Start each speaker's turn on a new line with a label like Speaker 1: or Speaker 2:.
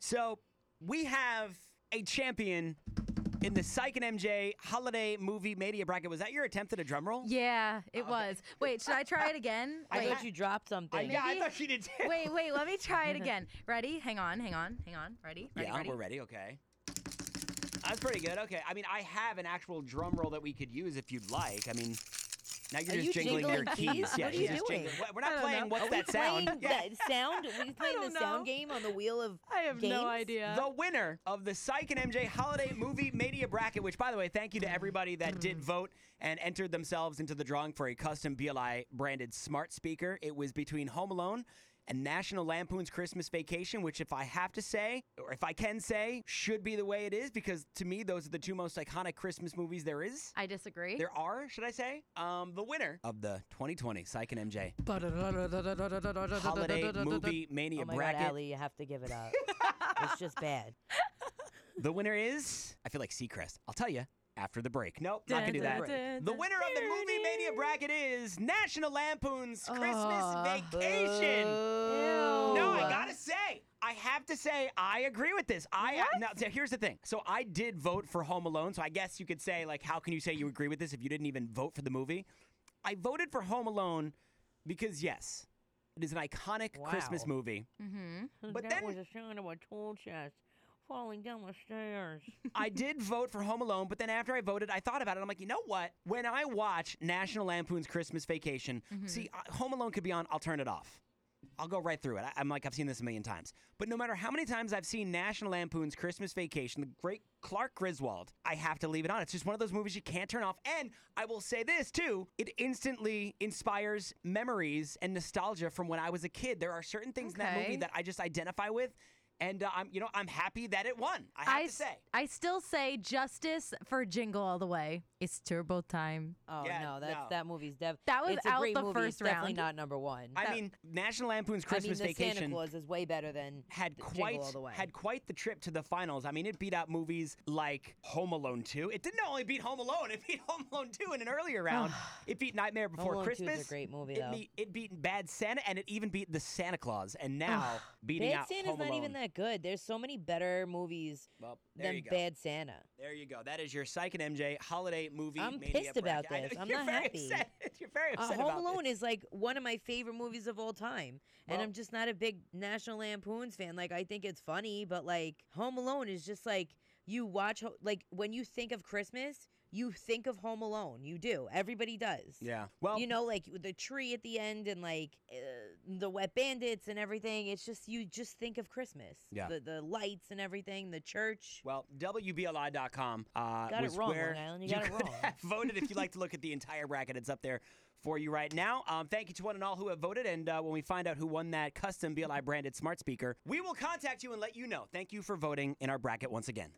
Speaker 1: So we have a champion in the Psych and MJ holiday movie media bracket. Was that your attempt at a drum roll?
Speaker 2: Yeah, it was. Wait, should I try it again?
Speaker 3: I
Speaker 2: Wait.
Speaker 3: thought you dropped something.
Speaker 1: Uh, yeah, I
Speaker 2: maybe-
Speaker 1: thought she did too.
Speaker 2: Wait, wait, let me try it again. Ready? Hang on, hang on, hang on. Ready? ready
Speaker 1: yeah,
Speaker 2: ready?
Speaker 1: we're ready. Okay. That's pretty good. Okay. I mean, I have an actual drum roll that we could use if you'd like. I mean, now you're
Speaker 3: Are
Speaker 1: just
Speaker 3: you
Speaker 1: jingling, your
Speaker 3: jingling keys?
Speaker 1: keys. Yeah,
Speaker 3: What are
Speaker 1: she's
Speaker 3: you
Speaker 1: just
Speaker 3: doing?
Speaker 1: jingling. We're
Speaker 2: I
Speaker 1: not
Speaker 2: don't
Speaker 1: playing
Speaker 2: know.
Speaker 1: What's That Sound.
Speaker 3: Playing
Speaker 1: Yeah.
Speaker 3: that sound? Are we playing the
Speaker 2: don't know.
Speaker 3: sound game on the wheel of
Speaker 2: I have
Speaker 3: games?
Speaker 2: no idea.
Speaker 1: The winner of the Psych and MJ Holiday Movie Media Bracket, which, by the way, thank you to everybody
Speaker 3: Mm.
Speaker 1: that did vote and entered themselves into the drawing for a custom BLI branded smart speaker. It was between Home Alone and National Lampoon's Christmas Vacation, which, if I have to say, or if I can say, should be the way it is, because to me, those are the two most iconic Christmas movies there is.
Speaker 2: I disagree.
Speaker 1: there are, should I say? Um, the winner of the 2020 Psych and MJ Holiday Movie Mania
Speaker 3: Oh my
Speaker 1: Bracket.
Speaker 3: God, Allie, you have to give it up. it's just bad.
Speaker 1: The winner is, I feel like Seacrest. I'll tell you after the break. Nope, not gonna do
Speaker 2: Dun,
Speaker 1: that.
Speaker 2: dun, dun,
Speaker 1: the winner of the Movie Mania bracket is National Lampoon's Christmas Vacation. No, I gotta say, I have to say, I agree with this. I uh, now so here's the thing. So I did vote for Home Alone. So I guess you could say like, how can you say you agree with this if you didn't even vote for the movie? I voted for Home Alone because yes, it is an iconic
Speaker 3: Wow.
Speaker 1: Christmas movie. But
Speaker 3: that
Speaker 1: then-
Speaker 3: was a sound of a tool chest falling down the stairs.
Speaker 1: I did vote for Home Alone, but then after I voted, I thought about it. I'm like, you know what? When I watch National Lampoon's Christmas Vacation,
Speaker 2: Mm-hmm.
Speaker 1: see, I, Home Alone could be on. I'll turn it off. I'll go right through it. I, I'm like, I've seen this a million times. But no matter how many times I've seen National Lampoon's Christmas Vacation, the great Clark Griswold, I have to leave it on. It's just one of those movies you can't turn off. And I will say this too it instantly inspires memories and nostalgia from when I was a kid. There are certain things in that
Speaker 2: Okay.
Speaker 1: movie that I just identify with. And uh, I'm, you know, I'm happy that it won. I have
Speaker 2: I,
Speaker 1: to
Speaker 2: s-
Speaker 1: say.
Speaker 2: I still say justice for Jingle All the Way. It's turbo time.
Speaker 3: Oh
Speaker 1: Yeah,
Speaker 3: no, that's
Speaker 1: no.
Speaker 3: that movie's dev.
Speaker 2: That was
Speaker 3: it's a
Speaker 2: out
Speaker 3: great
Speaker 2: the
Speaker 3: movie.
Speaker 2: first
Speaker 3: it's definitely
Speaker 2: round.
Speaker 3: not number one.
Speaker 1: I mean, National Lampoon's
Speaker 3: I mean,
Speaker 1: Christmas
Speaker 3: the Santa
Speaker 1: Vacation
Speaker 3: Claus is way better than
Speaker 1: had
Speaker 3: the
Speaker 1: quite
Speaker 3: Jingle all the way.
Speaker 1: had quite the trip to the finals. I mean, it beat out movies like Home Alone 2. It didn't only beat Home Alone; it beat Home Alone 2 in an earlier round. it beat Nightmare Before
Speaker 3: Alone 2 is a
Speaker 1: Christmas.
Speaker 3: great movie,
Speaker 1: It
Speaker 3: though.
Speaker 1: beat, it beat Bad Santa, and it even beat The Santa Claus. And now beating
Speaker 3: Bad
Speaker 1: out
Speaker 3: Santa's
Speaker 1: Home
Speaker 3: not
Speaker 1: Alone.
Speaker 3: even that good. There's so many better movies
Speaker 1: Well, there you
Speaker 3: than
Speaker 1: go.
Speaker 3: Bad Santa.
Speaker 1: There you go. That is your Psych and MJ holiday movie.
Speaker 3: I'm
Speaker 1: mania
Speaker 3: pissed about
Speaker 1: bracket. I know,
Speaker 3: this. I'm
Speaker 1: you're
Speaker 3: not
Speaker 1: very
Speaker 3: happy.
Speaker 1: Upset. You're very
Speaker 3: Uh,
Speaker 1: upset
Speaker 3: Home
Speaker 1: about this.
Speaker 3: Alone is like one of my favorite movies of all time, and I'm just not a big National Lampoon's fan. Like I think it's funny, but like Home Alone is just like you watch Ho- like when you think of Christmas, you think of Home Alone. You do. Everybody does.
Speaker 1: Yeah. Well-
Speaker 3: you know, like the tree at the end and like uh, the wet bandits and everything. It's just you just think of Christmas.
Speaker 1: Yeah.
Speaker 3: The the lights and everything, the church.
Speaker 1: Well, WBLI.com uh,
Speaker 3: Got it
Speaker 1: was
Speaker 3: wrong,
Speaker 1: where
Speaker 3: Long Island. You got it
Speaker 1: could
Speaker 3: wrong.
Speaker 1: have voted if you'd like to look at the entire bracket. It's up there for you right now. Um, thank you to one and all who have voted. And uh, when we find out who won that custom BLI branded smart speaker, we will contact you and let you know. Thank you for voting in our bracket once again.